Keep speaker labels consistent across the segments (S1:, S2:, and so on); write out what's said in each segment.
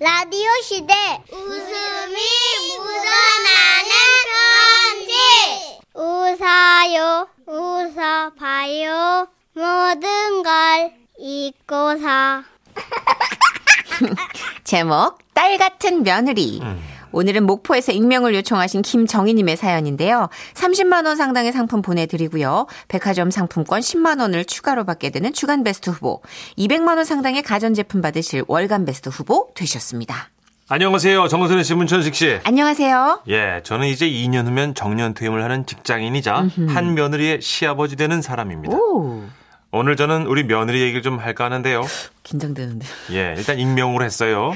S1: 라디오 시대 웃음이 묻어나는 편지 웃어요 웃어봐요 모든 걸 잊고서
S2: 제목 딸 같은 며느리. 오늘은 목포에서 익명을 요청하신 김정희님의 사연인데요. 30만 원 상당의 상품 보내드리고요. 백화점 상품권 10만 원을 추가로 받게 되는 주간 베스트 후보, 200만 원 상당의 가전제품 받으실 월간 베스트 후보 되셨습니다.
S3: 안녕하세요. 정선혜 씨, 문천식 씨.
S2: 안녕하세요.
S3: 예, 저는 이제 2년 후면 정년 퇴임을 하는 직장인이자 한 며느리의 시아버지 되는 사람입니다.
S2: 오
S3: 오늘 저는 우리 며느리 얘기를 좀 할까 하는데요.
S2: 긴장되는데.
S3: 예, 일단 익명으로 했어요.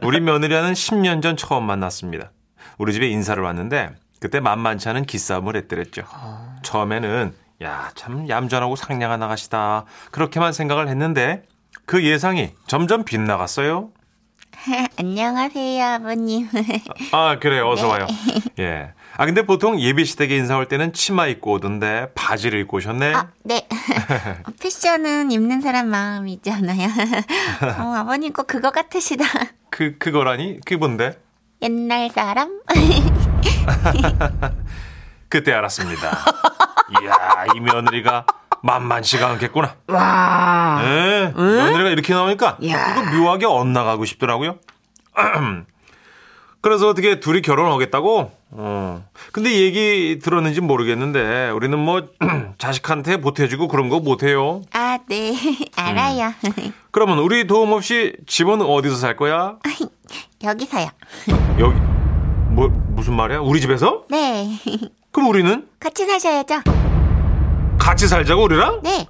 S3: 우리 며느리와는 10년 전 처음 만났습니다. 우리 집에 인사를 왔는데 그때 만만치 않은 기싸움을 했더랬죠. 처음에는 야, 참 얌전하고 상냥한 아가씨다. 그렇게만 생각을 했는데 그 예상이 점점 빗나갔어요.
S2: 네, 안녕하세요 아버님.
S3: 아, 그래요. 어서 와요. 예. 아, 근데 보통 예비시댁에 인사 올 때는 치마 입고 오던데 바지를 입고 오셨네.
S2: 네. 패션은 입는 사람 마음이잖아요. 어, 아버님 꼭 그거 같으시다.
S3: 그, 그거라니? 그게 뭔데?
S2: 옛날 사람?
S3: 그때 알았습니다. 이야, 이 며느리가 만만치가 않겠구나.
S2: 와.
S3: 예, 며느리가 이렇게 나오니까
S2: 야.
S3: 이거 묘하게 엇나가고 싶더라고요. 그래서 어떻게 둘이 결혼하겠다고? 어. 근데 얘기 들었는지 모르겠는데 우리는 뭐 자식한테 보태주고 그런 거 못해요.
S2: 아, 네. 알아요.
S3: 음. 그러면 우리 도움 없이 집은 어디서 살 거야?
S2: 여기서요.
S3: 여기 뭐 무슨 말이야? 우리 집에서?
S2: 네.
S3: 그럼 우리는
S2: 같이 사셔야죠.
S3: 같이 살자고 우리랑?
S2: 네.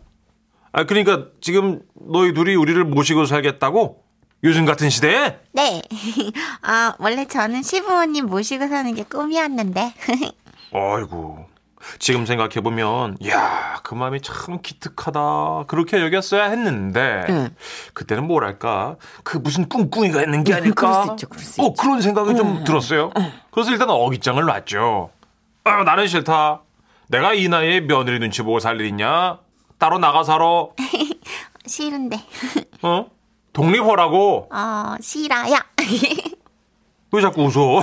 S3: 아 그러니까 지금 너희 둘이 우리를 모시고 살겠다고? 요즘 같은 시대에?
S2: 네. 아, 원래 저는 시부모님 모시고 사는 게 꿈이었는데.
S3: 아이고 지금 생각해 보면 야, 그 마음이 참 기특하다. 그렇게 여겼어야 했는데
S2: 네.
S3: 그때는 뭐랄까? 그 무슨 꿍꿍이가 있는 게 아닐까?
S2: 네, 그럴 수 있죠, 네. 그럴 수
S3: 어, 그런 생각이 좀 들었어요. 그래서 일단 어깃장을 놨죠. 아, 나는 싫다. 내가 이 나이에 며느리 눈치 보고 살 일 있냐? 따로 나가 살아.
S2: 싫은데.
S3: 어? 독립하라고.
S2: 어, 싫어요.
S3: 왜 자꾸 웃어?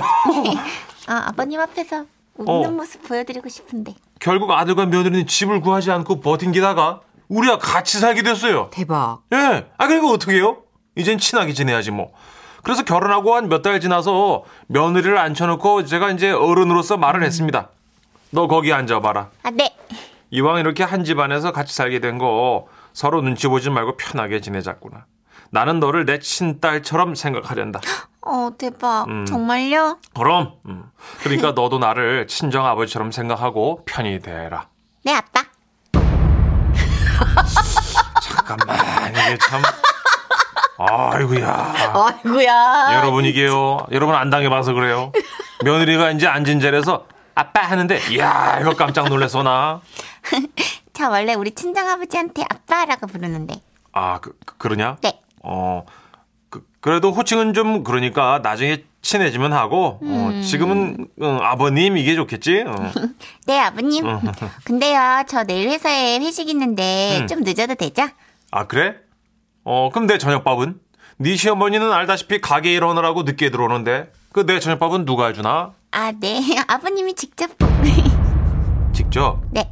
S2: 어, 아버님 앞에서 웃는
S3: 어.
S2: 모습 보여드리고 싶은데.
S3: 결국 아들과 며느리는 집을 구하지 않고 버틴기다가 우리와 같이 살게 됐어요.
S2: 대박.
S3: 예. 아, 그리고 어떻게 해요? 이젠 친하게 지내야지 뭐. 그래서 결혼하고 한 몇 달 지나서 며느리를 앉혀놓고 제가 이제 어른으로서 말을
S2: 음.
S3: 했습니다. 너 거기 앉아봐라.
S2: 아, 네.
S3: 이왕 이렇게 한 집안에서 같이 살게 된 거 서로 눈치 보지 말고 편하게 지내자꾸나. 나는 너를 내 친딸처럼 생각하련다.
S2: 어, 대박.
S3: 음.
S2: 정말요?
S3: 그럼. 음. 그러니까 너도 나를 친정 아버지처럼 생각하고 편히 대해라.
S2: 네, 아빠.
S3: 잠깐만 이게 참. 아이고야. 예.
S2: 아이고야.
S3: 여러분 이게요. 여러분 안 당해봐서 그래요. 며느리가 이제 앉은 자리에서 아빠 하는데 이야 이거 깜짝 놀랐어 나.
S2: 저 원래 우리 친정아버지한테 아빠라고 부르는데.
S3: 아 그, 러냐
S2: 네.
S3: 어 그, 그래도 호칭은 좀 그러니까 나중에 친해지면 하고 어, 지금은 어, 아버님 이게 좋겠지. 어.
S2: 네, 아버님. 근데요, 저 내일 회사에 회식 있는데
S3: 음.
S2: 좀 늦어도 되죠?
S3: 아 그래? 어 그럼 내 저녁밥은? 네 시어머니는 알다시피 가게 일하느라고 늦게 들어오는데 그 내 저녁밥은 누가 해주나?
S2: 아, 네. 아버님이 직접.
S3: 직접.
S2: 네.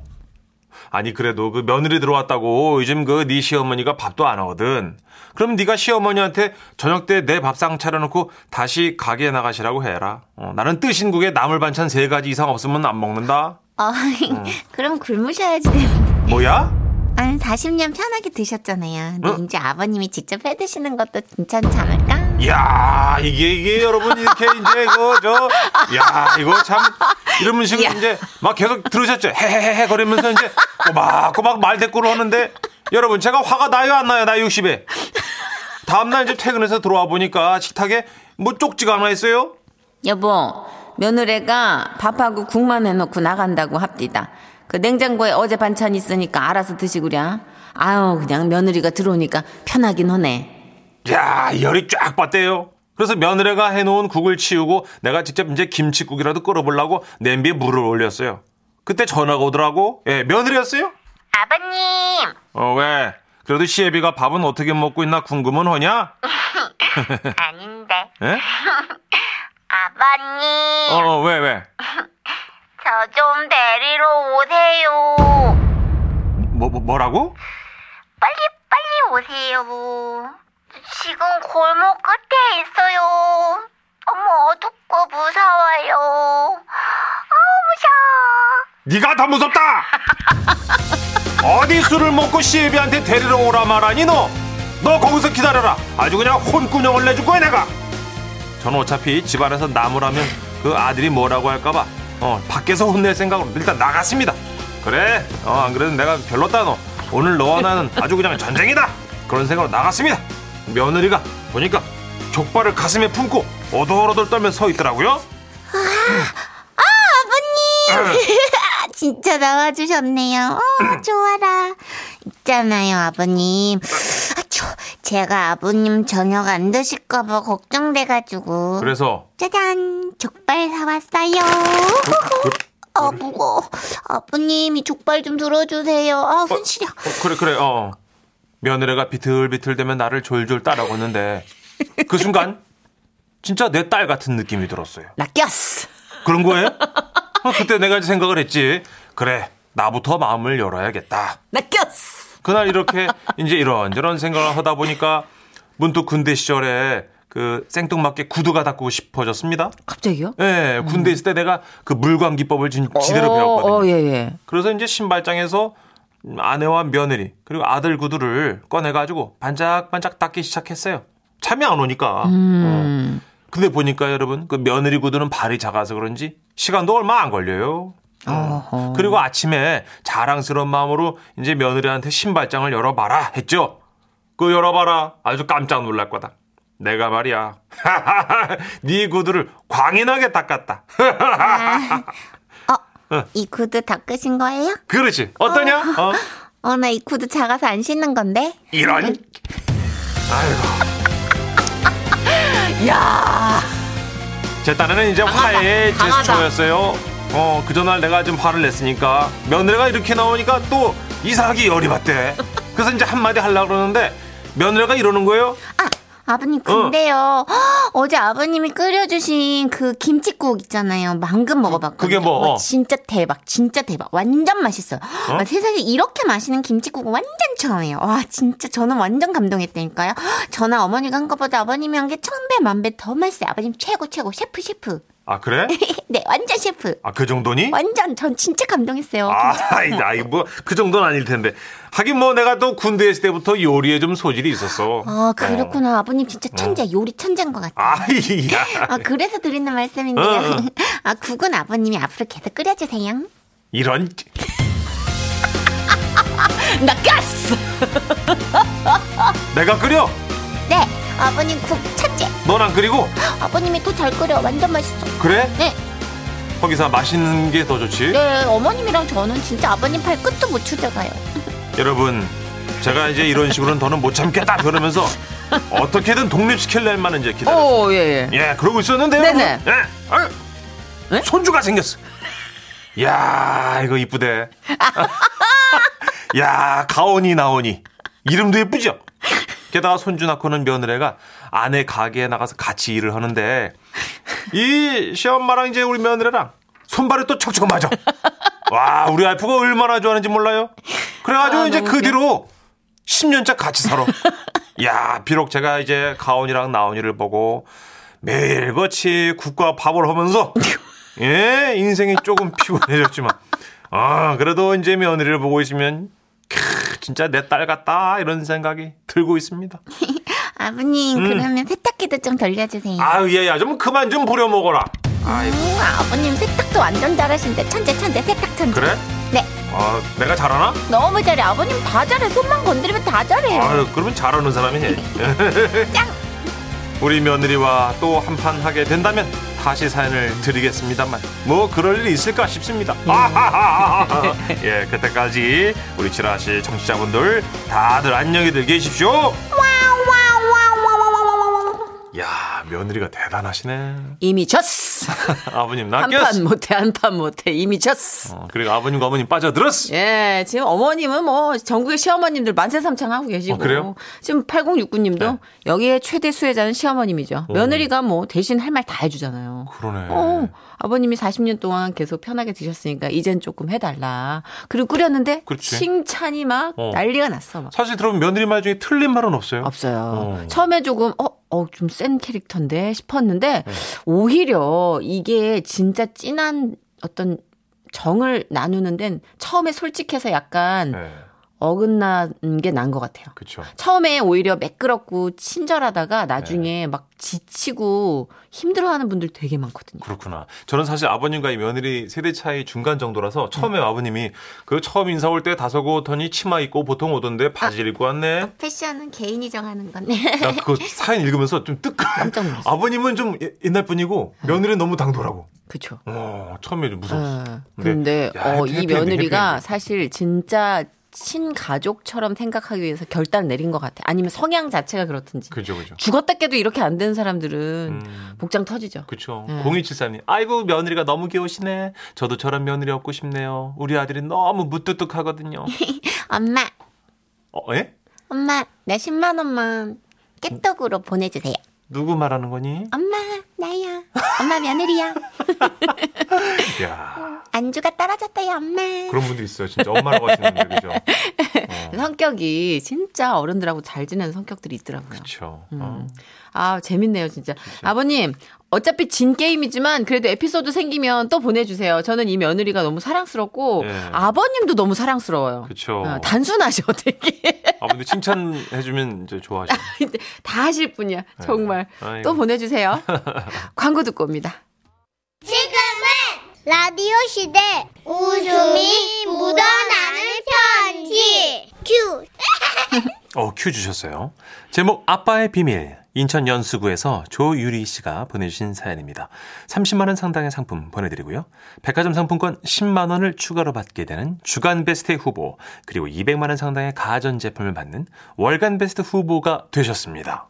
S3: 아니 그래도 그 며느리 들어왔다고 요즘 그 네 시어머니가 밥도 안 하거든. 그럼 네가 시어머니한테 저녁 때 내 밥상 차려놓고 다시 가게에 나가시라고 해라. 어, 나는 뜨신국에 나물 반찬 세 가지 이상 없으면 안 먹는다.
S2: 어, 그럼 굶으셔야지 되는데.
S3: 뭐야?
S2: 한 40년 편하게 드셨잖아요. 근데
S3: 응?
S2: 이제 아버님이 직접 해 드시는 것도 괜찮지 않을까?
S3: 야 이게 이게 여러분 이렇게 이제 이거 저야 이거 참 이런 식으로 이제 막 계속 들으셨죠? 헤헤헤헤 거리면서 이제 꼬박꼬박 말대꾸를 하는데 여러분 제가 화가 나요 안 나요 나 60에 다음날 이제 퇴근해서 들어와 보니까 식탁에 뭐 쪽지가 하나 있어요.
S4: 여보, 며느리가 밥하고 국만 해놓고 나간다고 합디다. 그 냉장고에 어제 반찬 있으니까 알아서 드시구려. 아유, 그냥 며느리가 들어오니까 편하긴 하네.
S3: 야 열이 쫙 받대요. 그래서 며느리가 해놓은 국을 치우고 내가 직접 이제 김치국이라도 끓여보려고 냄비에 물을 올렸어요. 그때 전화가 오더라고. 예 며느리였어요.
S2: 아버님!
S3: 어, 왜? 그래도 시애비가 밥은 어떻게 먹고 있나 궁금은 하냐?
S5: 아닌데.
S2: 네.
S3: 예?
S5: 아빠님,
S3: 어, 왜, 왜?
S5: 저 좀 데리러 오세요.
S3: 뭐, 뭐 뭐라고?
S5: 빨리, 빨리 오세요. 지금 골목 끝에 있어요. 어머, 어둡고 무서워요. 아우, 무서워.
S3: 네가 더 무섭다! 어디 술을 먹고 시애비한테 데리러 오라 말하니 너? 너 거기서 기다려라. 아주 그냥 혼꾸녕을 내줄 거야 내가. 저는 어차피 집안에서 나무라면 그 아들이 뭐라고 할까봐 어 밖에서 혼낼 생각으로 일단 나갔습니다. 그래. 어 안 그래도 내가 별로다 너. 오늘 너와 나는 아주 그냥 전쟁이다. 그런 생각으로 나갔습니다. 며느리가 보니까 족발을 가슴에 품고 어덜어덜 떨며 서 있더라고요. 아.
S2: 진짜 나와주셨네요. 어, 좋아라. 있잖아요, 아버님. 아, 저, 제가 아버님 저녁 안 드실까봐 걱정돼가지고.
S3: 그래서
S2: 짜잔, 족발 사왔어요. 아, 무거워. 아버님, 이 족발 좀 들어주세요. 아, 손 시려.
S3: 어, 그래 그래 어 며느리가 비틀비틀대면 나를 졸졸 따라오는데 그 순간 진짜 내 딸 같은 느낌이 들었어요
S6: 나 꼈어.
S3: 그런 거예요? 어, 그때 내가 이제 생각을 했지 그래 나부터 마음을 열어야겠다
S6: 나 꼈어.
S3: 그날 이렇게 이제 이런저런 생각을 하다 보니까 문득 군대 시절에 그 생뚱맞게 구두가 닦고 싶어졌습니다
S7: 갑자기요?
S3: 예 군대 있을 때 내가 그 물광기법을 진- 제대로 배웠거든요
S7: 어, 예, 예.
S3: 그래서 이제 신발장에서 아내와 며느리 그리고 아들 구두를 꺼내가지고 반짝반짝 닦기 시작했어요. 잠이 안 오니까. 어. 근데 보니까 여러분 그 며느리 구두는 발이 작아서 그런지 시간도 얼마 안 걸려요. 어. 그리고 아침에 자랑스러운 마음으로 이제 며느리한테 신발장을 열어봐라 했죠. 그 열어봐라 아주 깜짝 놀랄 거다. 내가 말이야. 네 구두를 광인하게 닦았다.
S2: 아. 어, 이 구두 닦으신 거예요?
S3: 그렇지. 어떠냐? 어?
S2: 어, 나 이 구두 작아서 안 신는 건데.
S3: 이런
S6: 야
S3: 제 딸에는 이제 화해의
S6: 강하다.
S3: 제스처였어요. 어, 그 전날 내가 좀 화를 냈으니까 며느리가 이렇게 나오니까 또 이상하게 열이 받대. 그래서 이제 한마디 하려고 그러는데 며느리가 이러는 거예요.
S2: 아, 아버님
S3: 어.
S2: 근데요. 헉, 어제 아버님이 끓여주신 그 김치국 있잖아요. 방금 먹어봤거든요.
S3: 그게 뭐,
S2: 와,
S3: 어.
S2: 진짜 대박, 진짜 대박. 완전 맛있어요.
S3: 어?
S2: 와, 세상에 이렇게 맛있는 김치국은 완전 처음이에요. 와 진짜 저는 완전 감동했다니까요. 헉, 저나 어머니가 한 것보다 아버님이 한 게 천배 만배 더 맛있어요. 아버님 최고 최고 셰프 셰프.
S3: 아, 그래?
S2: 네 완전 셰프.
S3: 아, 그 정도니?
S2: 완전 전 진짜 감동했어요.
S3: 아, 이 아이 뭐그 정도는 아닐 텐데. 하긴 뭐 내가 또 군대 있을 때부터 요리에 좀 소질이 있었어.
S2: 아 그렇구나 아버님 진짜
S3: 어.
S2: 천재 요리 천재인 것 같아요.
S3: 아이야.
S2: 아, 그래서 드리는 말씀인데요.
S3: 어, 어.
S2: 아, 국은 아버님이 앞으로 계속 끓여주세요.
S3: 이런
S6: 나 꼈어.
S3: 내가 끓여.
S2: 네, 아버님 국 천재.
S3: 넌 안 끓이고.
S2: 아버님이 또 잘 끓여. 완전 맛있어.
S3: 그래?
S2: 네.
S3: 거기서 맛있는 게 더 좋지.
S2: 네, 어머님이랑 저는 진짜 아버님 팔 끝도 못 추져가요.
S3: 여러분 제가 이제 이런 식으로는 더는 못 참겠다 그러면서 어떻게든 독립시킬려면 이제 기다려
S7: 오, 예, 예.
S3: 예 그러고 있었는데
S7: 네네.
S3: 여러분. 예. 아유,
S7: 네?
S3: 손주가 생겼어 야 이거 이쁘대 야 가오니 나오니 이름도 예쁘죠 게다가 손주 낳고는 며느리가 아내 가게에 나가서 같이 일을 하는데 이 시엄마랑 이제 우리 며느리랑 손발이 또 척척 맞아. 와, 우리 와이프가 얼마나 좋아하는지 몰라요. 그래가지고 이제 그 뒤로 10년째 같이 살아. 야, 비록 제가 이제 가온이랑 나온이를 보고 매일같이 국과 밥을 하면서 예, 인생이 조금 피곤해졌지만 아, 그래도 이제 며느리를 보고 있으면 캬, 진짜 내 딸 같다 이런 생각이 들고 있습니다.
S2: 아버님, 그러면 세탁기도 좀 돌려주세요. 아.
S3: 음. 아유, 얘야 좀 그만 좀 부려 먹어라. 아이고,
S2: 버님 음, 세탁도 완전 잘하신데 천재 천재 세탁 천재.
S3: 그래?
S2: 네,
S3: 아, 내가 잘하나?
S2: 너무 잘해. 아버님 다 잘해. 손만 건드리면 다 잘해요.
S3: 아유, 그러면 잘하는 사람이 해. 우리 며느리와 또 한판 하게 된다면 다시 사연을 드리겠습니다만 뭐 그럴 일이 있을까 싶습니다. 아하하하하. 예, 그때까지 우리 지라시 청취자분들 다들 안녕히들 계십시오. 야, 며느리가 대단하시네.
S8: 이미 졌어.
S3: 아버님
S8: 한 판 뭐.
S3: 낚였어.
S8: 못해, 한 판 못해. 이미 졌어.
S3: 어, 그리고 아버님과 어머님 빠져들었어.
S8: 예, 지금 어머님은 뭐 전국의 시어머님들 만세삼창하고 계시고
S3: 어, 그래요?
S8: 지금 8069님도
S3: 네.
S8: 여기에 최대 수혜자는 시어머님이죠.
S3: 오.
S8: 며느리가 뭐 대신 할 말 다 해주잖아요.
S3: 그러네.
S8: 어, 아버님이 40년 동안 계속 편하게 드셨으니까 이젠 조금 해달라. 그리고 끓였는데
S3: 그렇지.
S8: 칭찬이 막
S3: 어.
S8: 난리가 났어. 막.
S3: 사실 들어보면 며느리 말 중에 틀린 말은 없어요.
S8: 없어요.
S3: 어.
S8: 처음에 조금 어, 어, 좀 센 캐릭터인데 싶었는데
S3: 네.
S8: 오히려 이게 진짜 진한 어떤 정을 나누는 데는 처음에 솔직해서 약간
S3: 네,
S8: 어긋난 게 난 것 같아요.
S3: 그렇죠.
S8: 처음에 오히려 매끄럽고 친절하다가
S3: 네.
S8: 나중에 막 지치고 힘들어하는 분들 되게 많거든요.
S3: 그렇구나. 저는 사실 아버님과 이 며느리 세대 차이 중간 정도라서 처음에 아버님이 그 처음 인사 올 때 다서고 오더니 치마 입고 보통 오던데 바지를 입고 왔네.
S2: 패션은 개인이 정하는 건데.
S3: 나 그거 사연 읽으면서 좀 뜨끔.
S8: 깜짝 놀랐어요.
S3: 아버님은 좀 예- 옛날 분이고 며느리는 너무 당돌하고.
S8: 그렇죠.
S3: 어, 처음에 좀 무서웠어.
S8: 네. 근데
S3: 근데 야,
S8: 어,
S3: 해피,
S8: 이
S3: 해피,
S8: 며느리가
S3: 해피.
S8: 사실 진짜 친가족처럼 생각하기 위해서 결단을 내린 것 같아. 아니면 성향 자체가 그렇든지.
S3: 그죠, 그죠.
S8: 죽었다 깨도 이렇게 안 되는 사람들은
S3: 음.
S8: 복장 터지죠.
S3: 그렇죠. 0273님. 아이고 며느리가 너무 귀여우시네. 저도 저런 며느리 얻고 싶네요. 우리 아들이 너무 무뚝뚝하거든요.
S2: 엄마,
S3: 어, 예?
S2: 엄마, 나 10만 원만 깨떡으로 보내주세요.
S3: 누구 말하는 거니?
S2: 엄마, 나야. 엄마 며느리야.
S3: 야,
S2: 안주가 떨어졌다요, 엄마.
S3: 그런 분들 있어요. 진짜 엄마라고 하시는 분들 그죠? 어.
S8: 성격이 진짜 어른들하고 잘 지내는 성격들이 있더라고요.
S3: 그렇죠.
S8: 아, 재밌네요, 진짜. 아버님, 어차피 진 게임이지만 그래도 에피소드 생기면 또 보내주세요. 저는 이 며느리가 너무 사랑스럽고
S3: 예.
S8: 아버님도 너무 사랑스러워.
S3: 그렇죠.
S8: 어, 단순하셔, 되게.
S3: 아버님 칭찬해주면 이제 좋아하시죠. 네.
S8: 근데 다 하실 분이야, 정말.
S3: 예. 아이고.
S8: 또 뭐? 보내주세요. 광고 듣고 옵니다.
S1: 지금은 라디오 시대 웃음이 묻어나는 편지 큐
S3: 어, 큐 주셨어요. 제목 아빠의 비밀. 인천 연수구에서 조유리 씨가 보내주신 사연입니다. 30만 원 상당의 상품 보내드리고요. 백화점 상품권 10만 원을 추가로 받게 되는 주간 베스트 후보 그리고 200만 원 상당의 가전 제품을 받는 월간 베스트 후보가 되셨습니다.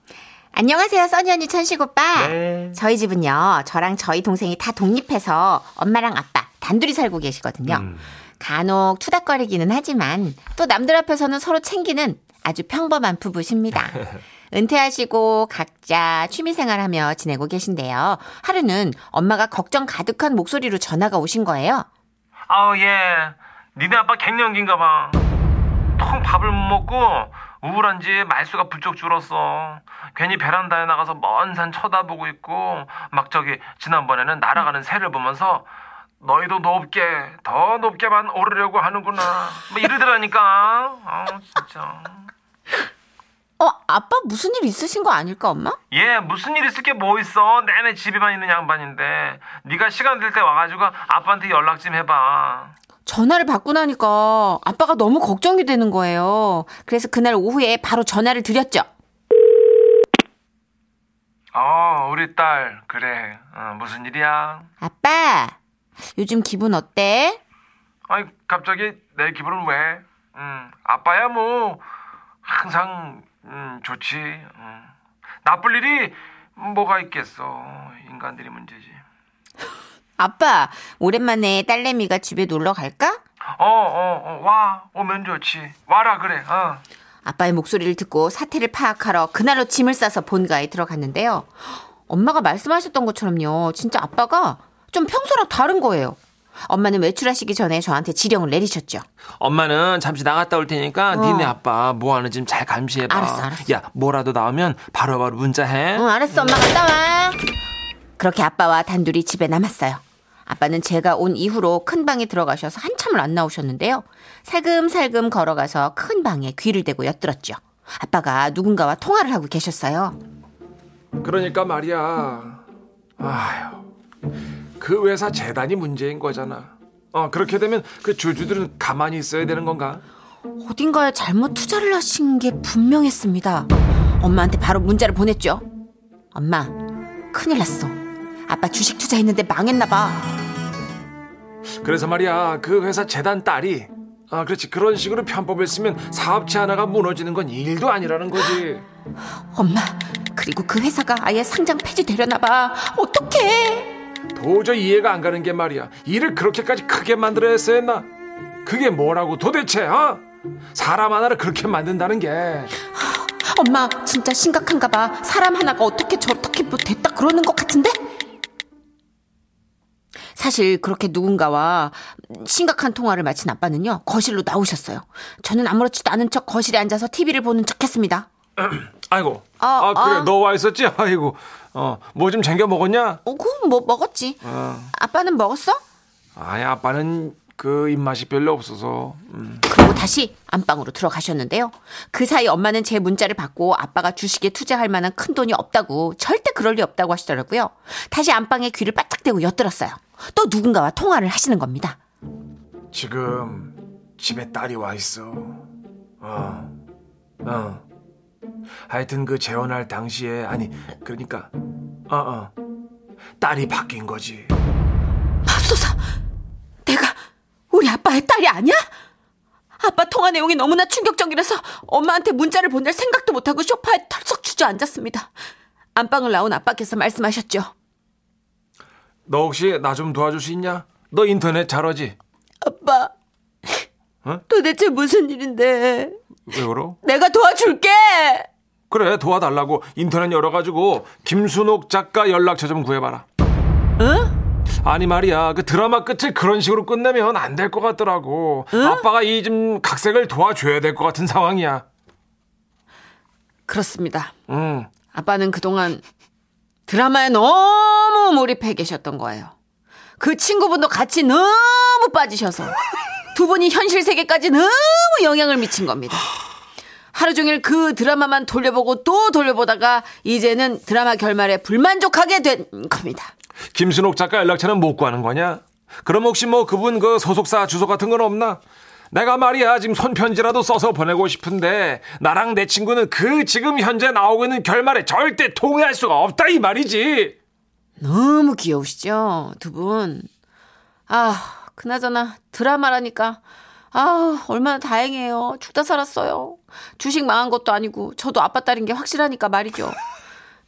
S2: 안녕하세요, 써니 언니 천식 오빠.
S3: 네.
S2: 저희 집은요, 저랑 저희 동생이 다 독립해서 엄마랑 아빠 단둘이 살고 계시거든요.
S3: 음.
S2: 간혹 투닥거리기는 하지만 또 남들 앞에서는 서로 챙기는 아주 평범한 부부십니다. 은퇴하시고 각자 취미생활하며 지내고 계신데요. 하루는 엄마가 걱정 가득한 목소리로 전화가 오신 거예요.
S9: 아우 예 니네 아빠 갱년기인가 봐통 밥을 못 먹고 우울한지 말수가 부쩍 줄었어 괜히 베란다에 나가서 먼 산 쳐다보고 있고 막 저기 지난번에는 날아가는 새를 보면서 너희도 높게 더 높게만 오르려고 하는구나 뭐 이러더라니까 아 진짜
S8: 어, 아빠 무슨 일 있으신 거 아닐까, 엄마?
S9: 얘 예, 무슨 일 있을 게 뭐 있어 내내 집에만 있는 양반인데 네가 시간 될 때 와가지고 아빠한테 연락 좀 해봐
S8: 전화를 받고 나니까 아빠가 너무 걱정이 되는 거예요. 그래서 그날 오후에 바로 전화를 드렸죠.
S9: 어, 우리 딸, 그래. 어, 무슨 일이야?
S8: 아빠, 요즘 기분 어때?
S9: 아니, 갑자기 내 기분은 왜? 음, 아빠야, 뭐, 항상, 음, 좋지. 음. 나쁠 일이 뭐가 있겠어. 인간들이 문제지.
S8: 아빠, 오랜만에 딸내미가 집에 놀러 갈까?
S9: 어, 어, 어, 와. 오면 좋지. 와라, 그래. 어.
S8: 아빠의 목소리를 듣고 사태를 파악하러 그날로 짐을 싸서 본가에 들어갔는데요. 엄마가 말씀하셨던 것처럼요. 진짜 아빠가 좀 평소랑 다른 거예요. 엄마는 외출하시기 전에 저한테 지령을 내리셨죠.
S9: 엄마는 잠시 나갔다 올 테니까 니네 아빠 뭐 하는지 좀 잘 감시해봐.
S8: 어. 알았어, 알았어.
S9: 야, 뭐라도 나오면 바로바로 문자해.
S8: 응, 알았어. 엄마 갔다 와. 그렇게 아빠와 단둘이 집에 남았어요. 아빠는 제가 온 이후로 큰 방에 들어가셔서 한참을 안 나오셨는데요. 살금살금 걸어가서 큰 방에 귀를 대고 엿들었죠. 아빠가 누군가와 통화를 하고 계셨어요.
S10: 그러니까 말이야. 아휴. 그 회사 재단이 문제인 거잖아. 어, 그렇게 되면 그 주주들은 가만히 있어야 되는 건가?
S8: 어딘가에 잘못 투자를 하신 게 분명했습니다. 엄마한테 바로 문자를 보냈죠. 엄마, 큰일 났어. 아빠 주식 투자했는데 망했나봐.
S10: 그래서 말이야. 그 회사 재단 딸이 아, 그렇지. 그런 식으로 편법을 쓰면 사업체 하나가 무너지는 건 일도 아니라는 거지.
S8: 엄마, 그리고 그 회사가 아예 상장 폐지되려나 봐. 어떡해?
S9: 도저히 이해가 안 가는 게 말이야. 일을 그렇게까지 크게 만들어야 했나? 그게 뭐라고 도대체, 어? 사람 하나를 그렇게 만든다는 게.
S8: 엄마 진짜 심각한가 봐. 사람 하나가 어떻게 저렇게 뭐 됐다 그러는 것 같은데? 사실 그렇게 누군가와 심각한 통화를 마친 아빠는요. 거실로 나오셨어요. 저는 아무렇지도 않은 척 거실에 앉아서 TV를 보는 척했습니다.
S9: 아이고.
S8: 아,
S9: 아, 그래.
S8: 아.
S9: 너 와 있었지? 아이고. 어, 뭐 좀 챙겨 먹었냐?
S8: 어, 그건 뭐 먹었지.
S9: 어.
S8: 아빠는 먹었어?
S9: 아니, 아빠는 그 입맛이 별로 없어서. 음.
S8: 그리고 다시 안방으로 들어가셨는데요. 그 사이 엄마는 제 문자를 받고 아빠가 주식에 투자할 만한 큰 돈이 없다고 절대 그럴 리 없다고 하시더라고요. 다시 안방에 귀를 바짝 대고 엿들었어요. 또 누군가와 통화를 하시는 겁니다.
S9: 지금 집에 딸이 와 있어. 어, 어. 하여튼 그 재혼할 당시에 아니 그러니까 어 어. 딸이 바뀐 거지.
S8: 맙소사! 내가 우리 아빠의 딸이 아니야? 아빠 통화 내용이 너무나 충격적이라서 엄마한테 문자를 보낼 생각도 못하고 소파에 털썩 주저앉았습니다. 안방을 나온 아빠께서 말씀하셨죠.
S9: 너 혹시 나 좀 도와줄 수 있냐? 너 인터넷 잘하지?
S8: 아빠,
S9: 어?
S8: 도대체 무슨 일인데?
S9: 왜 그러?
S8: 내가 도와줄게!
S9: 그래 도와달라고 인터넷 열어가지고 김순옥 작가 연락처 좀 구해봐라. 응? 아니 말이야 그 드라마 끝을 그런 식으로 끝내면 안 될 것 같더라고. 아빠가 이 좀 각색을 도와줘야 될 것 같은 상황이야.
S8: 그렇습니다.
S9: 응.
S8: 아빠는 그동안 드라마에 너무 몰입해 계셨던 거예요. 그 친구분도 같이 너무 빠지셔서 두 분이 현실 세계까지 너무 영향을 미친 겁니다. 하루 종일 그 드라마만 돌려보고 또 돌려보다가 이제는 드라마 결말에 불만족하게 된 겁니다.
S9: 김순옥 작가 연락처는 못 구하는 거냐? 그럼 혹시 뭐 그분 그 소속사 주소 같은 건 없나? 내가 말이야 지금 손편지라도 써서 보내고 싶은데 나랑 내 친구는 그 지금 현재 나오고 있는 결말에 절대 동의할 수가 없다 이 말이지.
S8: 너무 귀여우시죠? 두 분. 아, 그나저나 드라마라니까. 아, 얼마나 다행이에요. 죽다 살았어요. 주식 망한 것도 아니고, 저도 아빠 딸인 게 확실하니까 말이죠.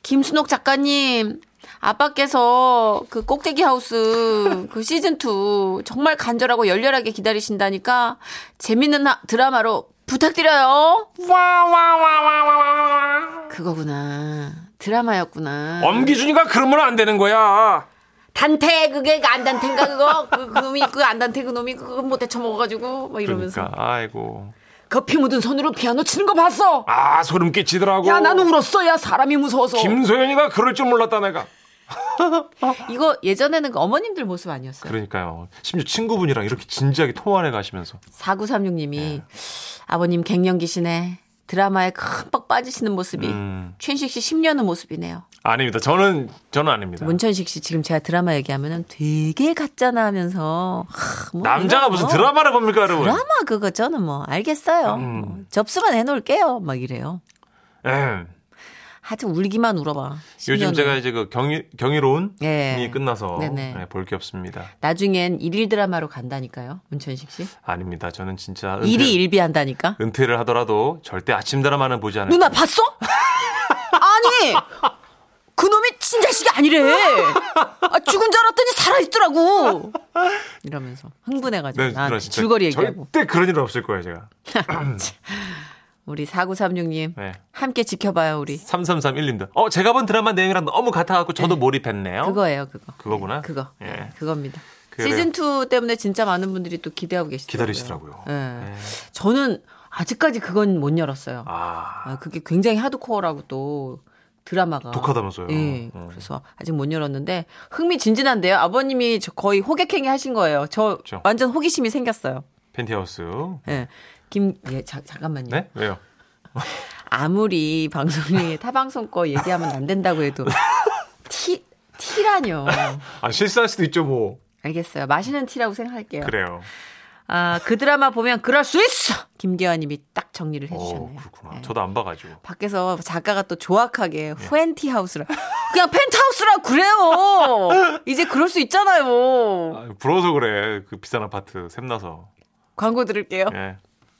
S8: 김순옥 작가님, 아빠께서 그 꼭대기 하우스 그 시즌2 정말 간절하고 열렬하게 기다리신다니까 재밌는 하- 드라마로 부탁드려요. 그거구나. 드라마였구나.
S9: 엄기준이가 그러면 안 되는 거야.
S8: 단테 그게 안 단테인가 그거 그, 그 놈이 그 안 단테 그 놈이 그거 못 대쳐 먹어가지고 막 이러면서
S9: 그러니까 아이고.
S8: 커피 묻은 손으로 피아노 치는 거 봤어
S9: 아 소름 끼치더라고.
S8: 야 나는 울었어 야 사람이 무서워서
S9: 김소연이가 그럴 줄 몰랐다 내가.
S8: 이거 예전에는 그 어머님들 모습 아니었어요
S3: 그러니까. 그러니까요. 뭐, 심지어 친구분이랑 이렇게 진지하게 통화를 해 가시면서
S8: 4936님이
S3: 네.
S8: 아버님 갱년기시네 드라마에 흠뻑 빠지시는 모습이
S3: 음.
S8: 최인식 씨 10년 후 모습이네요
S3: 아닙니다. 저는 저는 아닙니다.
S8: 문천식 씨 지금 제가 드라마 얘기하면은 되게 같잖아 하면서 하, 뭐
S3: 남자가
S8: 이런
S3: 무슨
S8: 거.
S3: 드라마를 음. 봅니까, 여러분?
S8: 드라마 그거 저는 뭐 알겠어요 뭐 접수만 해놓을게요 막 이래요
S3: 예.
S8: 하여튼 울기만 울어봐.
S3: 요즘
S8: 10년
S3: 제가
S8: 후에.
S3: 이제 그 경이 경이로운이
S8: 예.
S3: 끝나서
S8: 네네.
S3: 볼 게 없습니다.
S8: 나중엔 일일 드라마로 간다니까요. 문천식 씨.
S3: 아닙니다. 저는 진짜 은퇴,
S8: 일이 일비한다니까.
S3: 은퇴를 하더라도 절대 아침 드라마는 보지 않을
S8: 누나 봤어? 아니 그놈이 친자식이 아니래. 아, 죽은 줄 알았더니 살아있더라고. 이러면서 흥분해가지고
S3: 네,
S8: 나한테
S3: 누나 진짜
S8: 줄거리 얘기하고.
S3: 절대 그런 일은 없을 거예요, 제가.
S8: 우리 4936님
S3: 네.
S8: 함께 지켜봐요 우리.
S3: 3331님도. 어, 제가 본 드라마 내용이랑 너무 같아갖고 저도 몰입했네요.
S8: 예. 그거예요 그거.
S3: 구나
S8: 그거.
S3: 어?
S8: 네,
S3: 예.
S8: 그겁니다.
S3: 그래요.
S8: 시즌 2 때문에 진짜 많은 분들이 또 기대하고 계시더라고요.
S3: 기다리시더라고요. 네.
S8: 예. 저는 아직까지 그건 못 열었어요.
S3: 아,
S8: 아, 그게 굉장히 하드코어라고 또 드라마가.
S3: 독하다면서요.
S8: 예.
S3: 음.
S8: 그래서 아직 못 열었는데 흥미진진한데요. 아버님이 저 거의 호객행위 하신 거예요. 저
S3: 그렇죠.
S8: 완전 호기심이 생겼어요.
S3: 펜트하우스.
S8: 예. 김, 예, 자- 잠깐만요.
S3: 네? 왜요?
S8: 아무리 방송에 타방송 거 얘기하면 안 된다고 해도 티, 티라뇨.
S3: 아, 실수할 수도 있죠, 뭐.
S8: 알겠어요. 마시는 티라고 생각할게요.
S3: 그래요.
S8: 아, 그 드라마 보면 그럴 수 있어! 김기화 님이 딱 정리를
S3: 오,
S9: 뭐,
S8: 해주셨네요.
S3: 어, 그렇구나.
S8: 예.
S3: 저도 안 봐가지고.
S8: 밖에서 작가가 또
S3: 예.
S8: 조악하게 후엔티 하우스라 그냥 펜트하우스라 그래요. 이제 그럴 수 있잖아요.
S3: 아, 부러워서 그래. 그 비싼 아파트 샘나서.
S8: 광고 들을게요.
S3: 예.